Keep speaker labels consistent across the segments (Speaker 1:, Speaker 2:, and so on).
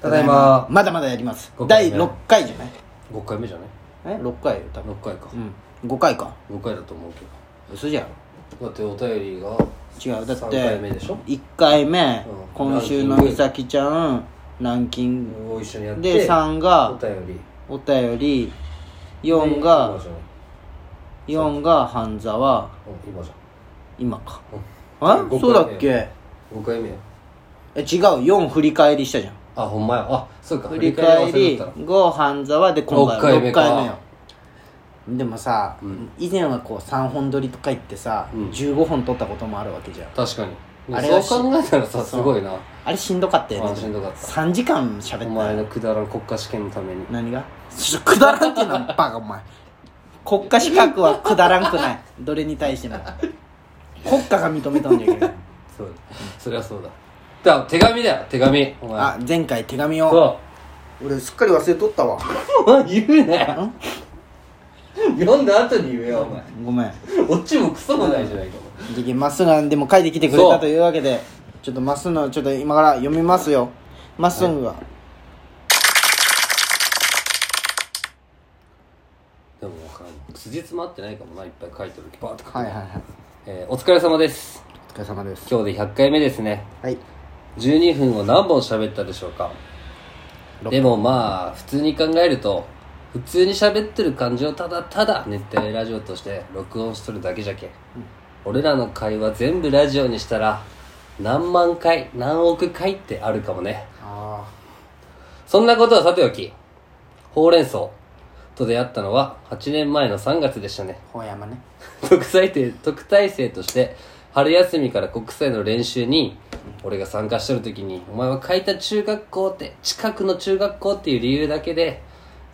Speaker 1: ただいま
Speaker 2: まだまだやります
Speaker 1: 五回
Speaker 2: 第
Speaker 1: 目
Speaker 2: 6回じゃない
Speaker 1: 5回目じゃない
Speaker 2: え6回よ多分
Speaker 1: 6回か
Speaker 2: うん5回か
Speaker 1: 5回だと思うけ
Speaker 2: 嘘じゃん
Speaker 1: どだってお便りが
Speaker 2: 違うだって
Speaker 1: 3回目でしょ
Speaker 2: 1回目、
Speaker 1: うん
Speaker 2: 今週の美咲ちゃんランキング
Speaker 1: を一緒にやって
Speaker 2: で3
Speaker 1: お
Speaker 2: が
Speaker 1: 便り
Speaker 2: お便り
Speaker 1: で
Speaker 2: 4
Speaker 1: 今
Speaker 2: が
Speaker 1: じゃない
Speaker 2: 4が半沢
Speaker 1: うん今じ
Speaker 2: 今か
Speaker 1: ゃん
Speaker 2: あ
Speaker 1: ん
Speaker 2: そうだっけ
Speaker 1: 5回目や
Speaker 2: え違う4振り返りしたじゃん
Speaker 1: あほんまやあそうか
Speaker 2: 振り返り
Speaker 1: 振り
Speaker 2: 5半沢で今回
Speaker 1: 六回目
Speaker 2: 6
Speaker 1: か
Speaker 2: 回目よでもさ、以前はこう3本撮りとか言ってさ、
Speaker 1: うん
Speaker 2: 15本撮ったこともあるわけじゃん
Speaker 1: 確かに
Speaker 2: あれはし
Speaker 1: そう考えたらさす
Speaker 2: そう
Speaker 1: ごいな
Speaker 2: あれしんどかったよ
Speaker 1: あ
Speaker 2: ね
Speaker 1: しんどかった
Speaker 2: 3時間喋った
Speaker 1: お
Speaker 2: よ
Speaker 1: 前のくだらん国家試験のために
Speaker 2: 何が ちょくだらんっていうのはバカお前国家資格はくだらんくないどれに対しても国家が認めたんじゃけ ど
Speaker 1: そうそりゃそうだだから手紙だよ手紙お前
Speaker 2: あ前回手紙を
Speaker 1: そ
Speaker 2: 俺すっかり忘れとったわ
Speaker 1: うお前言うなよ読んだ後に言えよお前
Speaker 2: ごめん
Speaker 1: オチもクソもないじゃないか
Speaker 2: じきマスがんでも書いてきてくれ
Speaker 1: そう
Speaker 2: たというわけでちょっとマスのちょっと今から読みますよマスンが、
Speaker 1: でも分からん辻詰まってないかもないっぱい書いてるけどバーって書く
Speaker 2: はい、はいはい
Speaker 1: えーお疲れ様です
Speaker 2: お疲れ様です
Speaker 1: 今日で100回目ですね
Speaker 2: はい
Speaker 1: 12分を何本喋ったでしょうか
Speaker 2: 六
Speaker 1: でもまあ普通に考えると普通に喋ってる感じをただただ熱帯ラジオとして録音しとるだけじゃけ、俺らの会話全部ラジオにしたら何万回何億回ってあるかもね
Speaker 2: あ
Speaker 1: そんなことはさておきほうれん草と出会ったのは8年前の3月でしたね
Speaker 2: あほうやまね
Speaker 1: 特待生特待生として春休みから国際の練習に俺が参加してる時に「お前は開いた中学校って近くの中学校っていう理由だけで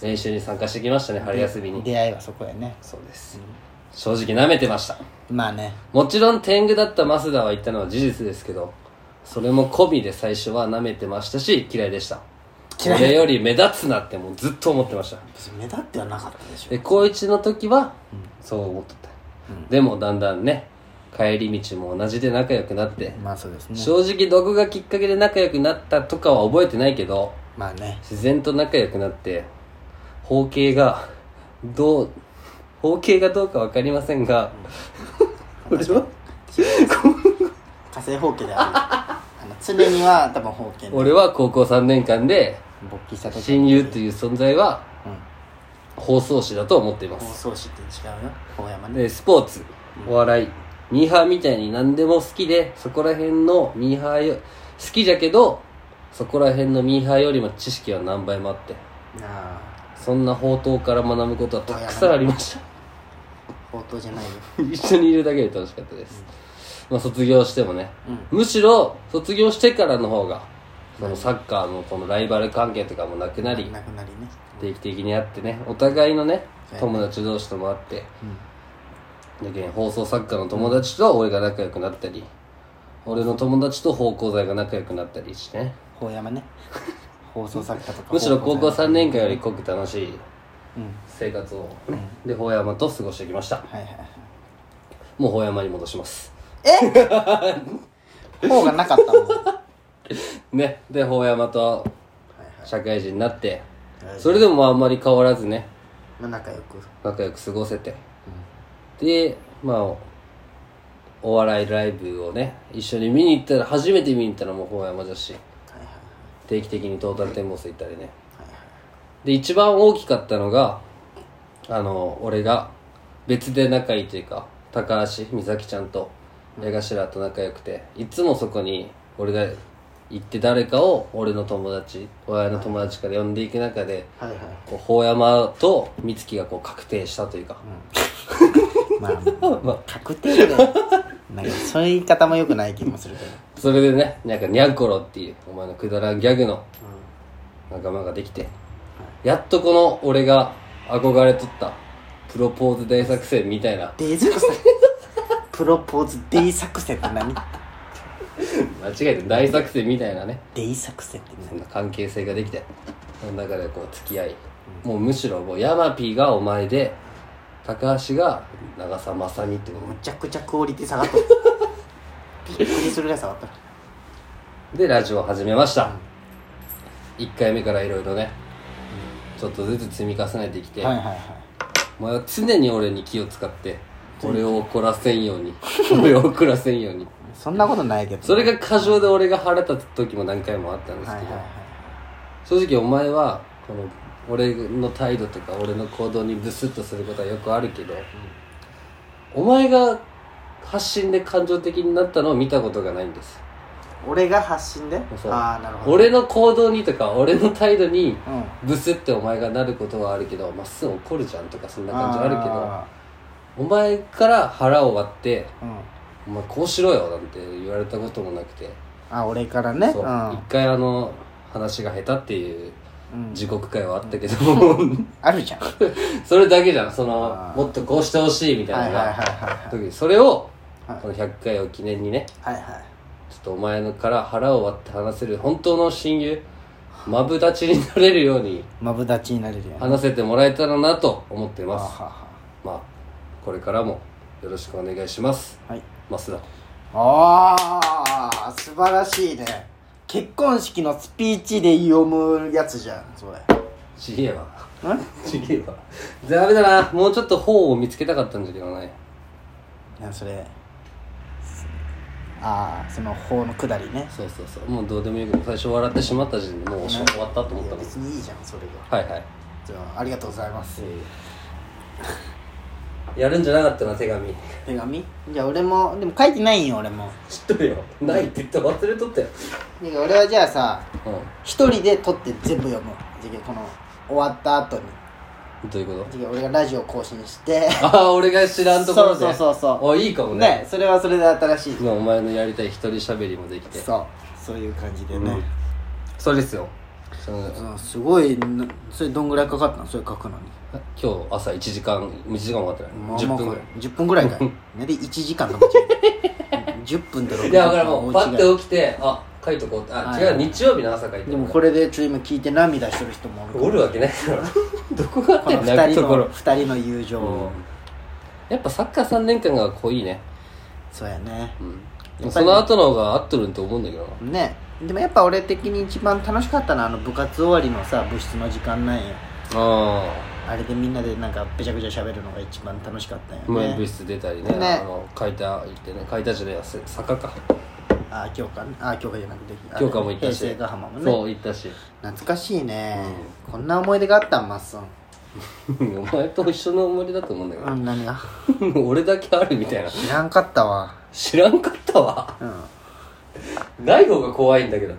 Speaker 1: 練習に参加してきましたね春休みに
Speaker 2: 出会いはそこやね
Speaker 1: そうです正直舐めてました
Speaker 2: まあね
Speaker 1: もちろん天狗だった増田は言ったのは事実ですけどそれも込みで最初は舐めてましたし嫌いでした
Speaker 2: 嫌い
Speaker 1: 俺より目立つなってもうずっと思ってました
Speaker 2: 別に目立ってはなかったでしょ
Speaker 1: で高一の時は、そう思っとった、でもだんだんね帰り道も同じで仲良くなって、
Speaker 2: まあそうですね
Speaker 1: 正直どこがきっかけで仲良くなったとかは覚えてないけど
Speaker 2: まあね
Speaker 1: 自然と仲良くなって方形がどう方形がどうか分かりませんが、俺は
Speaker 2: 火星放棄で あるあの常には多分放棄
Speaker 1: 俺は高校3年間で
Speaker 2: 勃起した時
Speaker 1: 親友という存在は
Speaker 2: うん
Speaker 1: 包装師だと思っています
Speaker 2: 放送師って違うよほうやまね
Speaker 1: でスポーツお笑いミーハーみたいに何でも好きでそこら辺のミーハーよ好きじゃけどそこら辺のミーハーよりも知識は何倍もあって
Speaker 2: なあ
Speaker 1: そんな宝刀から学ぶことはたくさんありました
Speaker 2: 放送じゃないよ
Speaker 1: 一緒にいるだけで楽しかったです、まあ卒業してもね、
Speaker 2: う
Speaker 1: むしろ卒業してからの方がそのサッカーのこのライバル関係とかもなくなり、
Speaker 2: なくなりね
Speaker 1: 定期的に会ってねお互いのね
Speaker 2: はい
Speaker 1: 友達同士とも会って、だけど放送作家の友達と俺が仲良くなったり俺の友達と芳香剤が仲良くなったりしてね
Speaker 2: ほうや まね放送作家とか
Speaker 1: むしろ高校
Speaker 2: さ
Speaker 1: 3年間より濃く楽しい
Speaker 2: うん
Speaker 1: 生活を、で法山と過ごしてきました
Speaker 2: はいはいは
Speaker 1: もう法山に戻します
Speaker 2: いほうがなかった もんは
Speaker 1: ねで法山と社会人になって
Speaker 2: いはい
Speaker 1: それでもあんまり変わらずね
Speaker 2: まあ仲良く
Speaker 1: 仲良く過ごせて、でまあお笑いライブをね一緒に見に行ったら初めて見に行ったのも本山女子
Speaker 2: はいはい
Speaker 1: 定期的にトータルテンボス行ったりね
Speaker 2: はいはい
Speaker 1: で一番大きかったのがあの俺が別で仲いいというか高橋美咲ちゃんと江頭と仲良くていつもそこに俺が行って誰かを俺の友達親の友達から呼んでいく中で
Speaker 2: はいはい
Speaker 1: こう法山と美月がこう確定したというか、
Speaker 2: まあ、まあ、確定だよなんかそういう言い方もよくない気もするけど
Speaker 1: それでねなんかニャンコロっていうお前のくだらんギャグの仲間ができて、やっとこの俺が憧れとったプロポーズ大作戦みたいな
Speaker 2: デイ作戦プロポーズデイ作戦って何
Speaker 1: 間違えて大作戦みたいなね
Speaker 2: デイ作戦って
Speaker 1: そんな関係性ができてその中でこう付き合い、もうむしろもうヤマピーがお前で高橋が長澤まさみってこ
Speaker 2: 何むちゃくちゃクオリティ下がったびっくりするぐらい下がった
Speaker 1: とでラジオを始めました、 1回目からいろいろねちょっとずつ積み重ねてきて、
Speaker 2: はいはいはい
Speaker 1: まあ、常に俺に気を使って俺を怒らせんように 俺を怒らせんように
Speaker 2: そんなことないけど
Speaker 1: それが過剰で俺が腹立つ時も何回もあったんです
Speaker 2: はい
Speaker 1: け
Speaker 2: は
Speaker 1: ど、
Speaker 2: いはい
Speaker 1: 正直お前はこの俺の態度とか俺の行動にブスッとすることはよくあるけど、お前が発信で感情的になったのを見たことがないんです
Speaker 2: 俺が発信で
Speaker 1: そう
Speaker 2: ああなるほど
Speaker 1: 俺の行動にとか俺の態度に
Speaker 2: うん
Speaker 1: ブスってお前がなることはあるけどまっすぐ怒るじゃんとかそんな感じあるけどお前から腹を割って
Speaker 2: けどうん
Speaker 1: 「お前こうしろよ」なんて言われたこともなくて
Speaker 2: あ俺からね
Speaker 1: そううん一回あの話が下手っていう
Speaker 2: うん
Speaker 1: 地獄会はあったけども
Speaker 2: あるじゃんはい
Speaker 1: それだけじゃんその
Speaker 2: あー
Speaker 1: もっとこうしてほしいみたい
Speaker 2: は
Speaker 1: ないの
Speaker 2: はい
Speaker 1: が、
Speaker 2: はい
Speaker 1: 時にそれを
Speaker 2: はい
Speaker 1: この100回を記念にね
Speaker 2: はいはい
Speaker 1: ちょっとお前のから腹を割って話せる本当の親友マブダチになれるように
Speaker 2: マブダチになれるよね
Speaker 1: 話せてもらえたらなと思って
Speaker 2: あは
Speaker 1: ます
Speaker 2: は
Speaker 1: まあこれからもよろしくお願いします
Speaker 2: はい
Speaker 1: 増田
Speaker 2: ああ素晴らしいね結婚式のスピーチで読むやつじゃんそれ
Speaker 1: ちげえわ
Speaker 2: ん
Speaker 1: ちげえわダメだなもうちょっと方を見つけたかったんだけどね
Speaker 2: なそれああその法のくだりね
Speaker 1: そうそうそうもうどうでもいいけど最初笑ってしまった時点でもうおしまい終わったと思っ
Speaker 2: い
Speaker 1: た
Speaker 2: や
Speaker 1: んです
Speaker 2: 別にいいじゃんそれが
Speaker 1: はいはい
Speaker 2: じゃあありがとうございます
Speaker 1: やるんじゃなかったな手紙
Speaker 2: 手紙じゃあ俺もでも書いてないんよ俺も
Speaker 1: 知っとるよないって言って忘れとったよ
Speaker 2: だから俺はじゃあさ
Speaker 1: う
Speaker 2: 一人で撮って全部読むじゃあこの終わった後に
Speaker 1: んどういうこと
Speaker 2: じゃあ俺がラジオ更新して
Speaker 1: ああ俺が知らんところで
Speaker 2: そうそうそうそう
Speaker 1: あいいかもね
Speaker 2: ねそれはそれで新しい
Speaker 1: まあお前のやりたい一人喋りもできて
Speaker 2: そうそういう感じでね、
Speaker 1: それですよその
Speaker 2: うんすごいなそれどんぐらいかかったのそれ書くのに
Speaker 1: 今日朝1時間1時間もかかって
Speaker 2: ま
Speaker 1: な
Speaker 2: あ
Speaker 1: い10分ぐらい
Speaker 2: まあ10分ぐらいか いなんで1時間とか違う10分で6
Speaker 1: いやだからもうパッ
Speaker 2: 違う
Speaker 1: て起きてあ書いとこうってあ
Speaker 2: はい
Speaker 1: 違う日曜日の朝書いて
Speaker 2: で
Speaker 1: る
Speaker 2: もこれでちょっと今聞いて涙してる人もおるから
Speaker 1: おるわけないから どこがあっ
Speaker 2: こ
Speaker 1: て
Speaker 2: の
Speaker 1: んだ
Speaker 2: 2
Speaker 1: よ
Speaker 2: 人
Speaker 1: とこ
Speaker 2: の
Speaker 1: ろ
Speaker 2: 二人の友情を
Speaker 1: やっぱサッカー3年間が濃いね
Speaker 2: そうやね
Speaker 1: うんその後の方が合っとるんと思うんだけどな
Speaker 2: ねでもやっぱ俺的に一番楽しかったのはあの部活終わりのさ部室の時間なんよ
Speaker 1: あ
Speaker 2: あれでみんなでなんかべちゃくちゃ喋るのが一番楽しかったん
Speaker 1: あ無
Speaker 2: よ
Speaker 1: 部
Speaker 2: ね
Speaker 1: 室出たりね
Speaker 2: ね
Speaker 1: あの書いた行ってね書いたじゃねえやせ坂か
Speaker 2: ああ教科ねああ教科じゃなくてあれ
Speaker 1: 強化も行ったし
Speaker 2: 平成ヶ浜もね
Speaker 1: そう行ったし
Speaker 2: 懐かしいね、こんな思い出があったんマッソン
Speaker 1: お前と一緒の思い出だと思うんだけど
Speaker 2: うん何が
Speaker 1: 俺だけあるみたいな
Speaker 2: 知らんかったわ
Speaker 1: 知らんかったわ
Speaker 2: うん
Speaker 1: ない方が怖いんだけど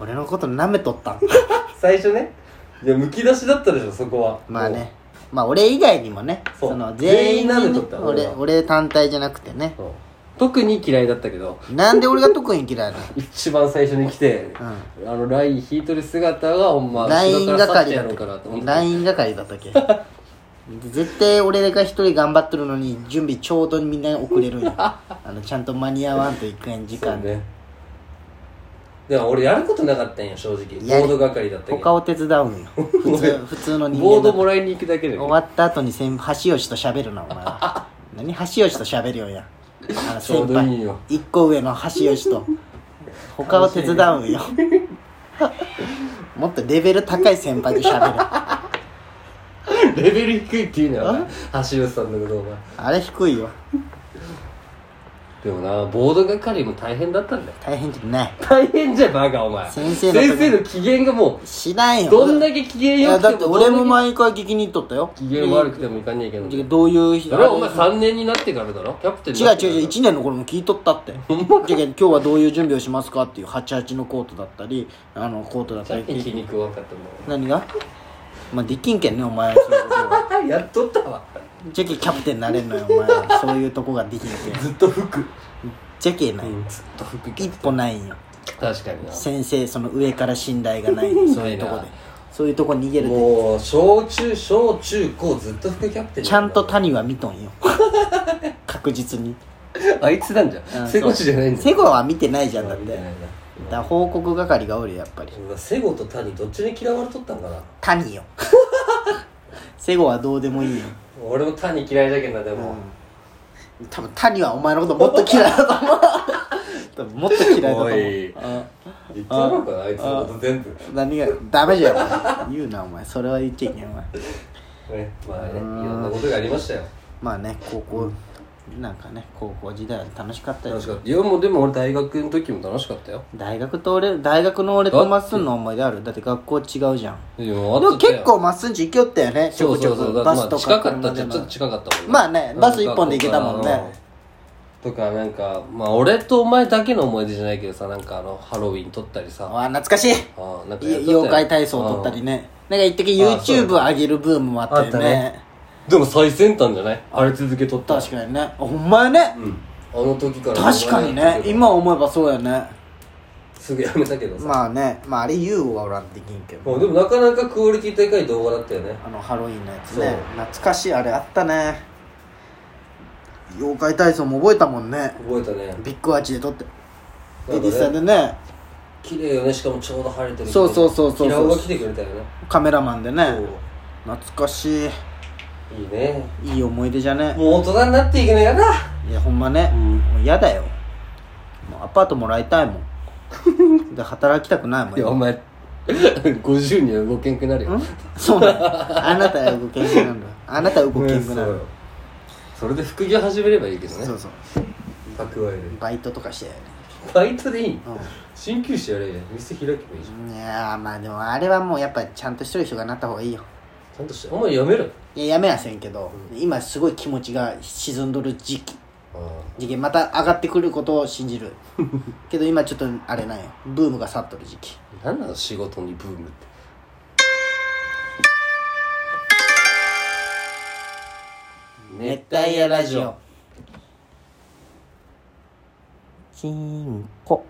Speaker 2: 俺のこと舐めとったん
Speaker 1: 最初ねいやむき出しだったでしょそこは
Speaker 2: まあねまあ俺以外にもね
Speaker 1: そう
Speaker 2: の
Speaker 1: 全
Speaker 2: 全
Speaker 1: 員
Speaker 2: 員
Speaker 1: 舐め
Speaker 2: に
Speaker 1: と
Speaker 2: ね
Speaker 1: った俺
Speaker 2: 俺
Speaker 1: は
Speaker 2: 俺単体じゃなくてね
Speaker 1: そう特に嫌いだったけど
Speaker 2: なんで俺が特に嫌いなの
Speaker 1: 一番最初に来て、あのライン引いとる姿がほんま
Speaker 2: ライ
Speaker 1: 後
Speaker 2: ン
Speaker 1: ろから去っ
Speaker 2: 係
Speaker 1: てや
Speaker 2: だ
Speaker 1: ろう
Speaker 2: っ
Speaker 1: かなと思ったて
Speaker 2: ライン係だったっけ 絶対俺が一人頑張ってるのに準備ちょうどみんな遅れるん よあのちゃんと間に合わんといけん時
Speaker 1: そう
Speaker 2: 間で、
Speaker 1: ねでも俺やることなかったんよ正直
Speaker 2: や
Speaker 1: ボ
Speaker 2: り
Speaker 1: ード係だったけ
Speaker 2: 他
Speaker 1: ど
Speaker 2: を手伝う んよ普通普通の人間
Speaker 1: ボー
Speaker 2: だ
Speaker 1: ドもらいに行くだけでね
Speaker 2: 終わった後に先橋吉と喋るなお 前は何橋吉と喋るよやあの
Speaker 1: ちょう
Speaker 2: 先
Speaker 1: ど
Speaker 2: 輩
Speaker 1: いいよ
Speaker 2: 一個上の橋吉と他を手伝う んよもっとレベル高い先輩と喋る
Speaker 1: レベル低いって言うなよお前橋吉さんのことお前
Speaker 2: あれ低いよ
Speaker 1: でもなボード係も大変だったんだよ
Speaker 2: 大変じゃない
Speaker 1: 大変じゃんバカお前
Speaker 2: 先生の時
Speaker 1: の機嫌がも
Speaker 2: しないうよ
Speaker 1: どんだけ機嫌
Speaker 2: いや
Speaker 1: よく
Speaker 2: だ
Speaker 1: て
Speaker 2: っ
Speaker 1: も
Speaker 2: て俺も
Speaker 1: どんだ
Speaker 2: 毎回聞きに行っとったよ
Speaker 1: け機嫌悪くてもいかんねえけど
Speaker 2: どういう日
Speaker 1: それはお前3年になってからだろキャプテンに
Speaker 2: 違
Speaker 1: な
Speaker 2: う
Speaker 1: ってから
Speaker 2: 違う違う1年の頃も聞いとったってじゃけん今日はどういう準備をしますかっていう88のコートだったりあのコートだったり
Speaker 1: 気に食わんかったもん
Speaker 2: 何がまあできんけんねお前はそういうことは
Speaker 1: あ やっとったわ
Speaker 2: ジャケキャプテンになれんのよお前はそういうとこができんけん
Speaker 1: ずっと服
Speaker 2: ジャケない
Speaker 1: ずっと服着
Speaker 2: 一歩ないんよ
Speaker 1: 確かにな
Speaker 2: 先生その上から信頼 がないんよそういうとこ
Speaker 1: ない
Speaker 2: で
Speaker 1: な
Speaker 2: そういうとこ逃げるで
Speaker 1: もう小中小中高ずっと副キャプテン
Speaker 2: ちゃんと谷は見とんよ確実に
Speaker 1: あいつなんじゃん瀬越じゃないんだよ
Speaker 2: セゴは見てないじゃんだって
Speaker 1: 見て
Speaker 2: だ
Speaker 1: ない
Speaker 2: か
Speaker 1: な
Speaker 2: ら報告係がおるよやっぱり
Speaker 1: うわ瀬越と谷どっちに嫌われとったんかな
Speaker 2: 谷よ セゴはどうでもいいよ
Speaker 1: 俺も谷嫌いだけどなでも
Speaker 2: 多分谷はお前のこともっと嫌いだと思う 多分もっと嫌いだと思う
Speaker 3: おい
Speaker 2: あ
Speaker 1: 言っちゃおうかなあいつのこと全部
Speaker 2: 何がダメじゃよお前言うなお前それは言っちゃいけんお前
Speaker 1: ねまあねいろんなことがありましたよ
Speaker 2: まあね高校なんかね高校時代は楽しかったよ
Speaker 1: 楽しかったいやもうでも俺大学の時も楽しかったよ
Speaker 2: 大学と俺大学の俺とまっすんの思い出あるだって学校違うじゃん
Speaker 1: でも
Speaker 2: でも結構まっすんち行きよったよねち
Speaker 1: そ
Speaker 2: ょ
Speaker 1: う
Speaker 2: こち
Speaker 1: そ
Speaker 2: ょ
Speaker 1: うそう
Speaker 2: こ
Speaker 1: だ
Speaker 2: バ
Speaker 1: ま
Speaker 2: ス
Speaker 1: あ
Speaker 2: と
Speaker 1: 近
Speaker 2: か
Speaker 1: かった
Speaker 2: 車
Speaker 1: ち
Speaker 2: で
Speaker 1: ょっ
Speaker 2: も
Speaker 1: と近かったもん
Speaker 2: まあねバス一本で行けたもんね
Speaker 1: とかなんかまあ俺とお前だけの思い出じゃないけどさなんかあのハロウィン撮ったりさ
Speaker 2: あ懐かしい
Speaker 1: ああなんかやっとったよ
Speaker 2: 妖怪体操を撮ったりねなんか一時 YouTube 上げるブームもあった
Speaker 1: あっ
Speaker 2: よ
Speaker 1: た
Speaker 2: ね
Speaker 1: ねでも最先端じゃないあれ続け撮った
Speaker 2: 確かにねあほんまやね
Speaker 1: うんあの時から
Speaker 2: 確かにね今思えばそうやね
Speaker 1: すぐやめたけどさ、
Speaker 2: まあねまああれ優吾がおらんできんけど
Speaker 1: もうでもなかなかクオリティ高い動画だったよね
Speaker 2: あのハロウィンのやつね
Speaker 1: そう
Speaker 2: 懐かしいあれあったね妖怪体操も覚えたもんね
Speaker 1: 覚えたね
Speaker 2: ビッグアーチで撮って
Speaker 1: なんかね
Speaker 2: レディスさんでね
Speaker 1: 綺麗よねしかもちょうど晴れてる
Speaker 2: そうそうそうそう
Speaker 1: 平尾が来てくれたよね
Speaker 2: カメラマンで
Speaker 1: そ
Speaker 2: ね
Speaker 1: う
Speaker 2: 懐かしい
Speaker 1: いいね
Speaker 2: いい思い出じゃね
Speaker 1: もう大人になっていくのやだ
Speaker 2: いやほんまね、
Speaker 1: ん
Speaker 2: もう嫌だよもうアパートもらいたいも んで働きたくないもん
Speaker 1: いやお前 50には動けんくなるよ
Speaker 2: んそうなのあなたは動けんくなるあなたは動けんくな
Speaker 1: そう
Speaker 2: る
Speaker 1: よそれで副業始めればいいけどね
Speaker 2: そうそう
Speaker 1: 蓄える
Speaker 2: バイトとかして
Speaker 1: バイトでいい
Speaker 2: うん
Speaker 1: 鍼灸師やれや店開けばいいじゃん
Speaker 2: いやーまあでもあれはもうやっぱちゃんとしてる人がなった方がいいよ
Speaker 1: ちゃんとしてお前やめろ
Speaker 2: いややめやせんけど、今すごい気持ちが沈んどる時期
Speaker 1: ああ
Speaker 2: 時期また上がってくることを信 じるけど今ちょっとあれなんよブームが去っとる時期
Speaker 1: 何なの仕事にブームって熱帯夜ラジオ
Speaker 2: チンコ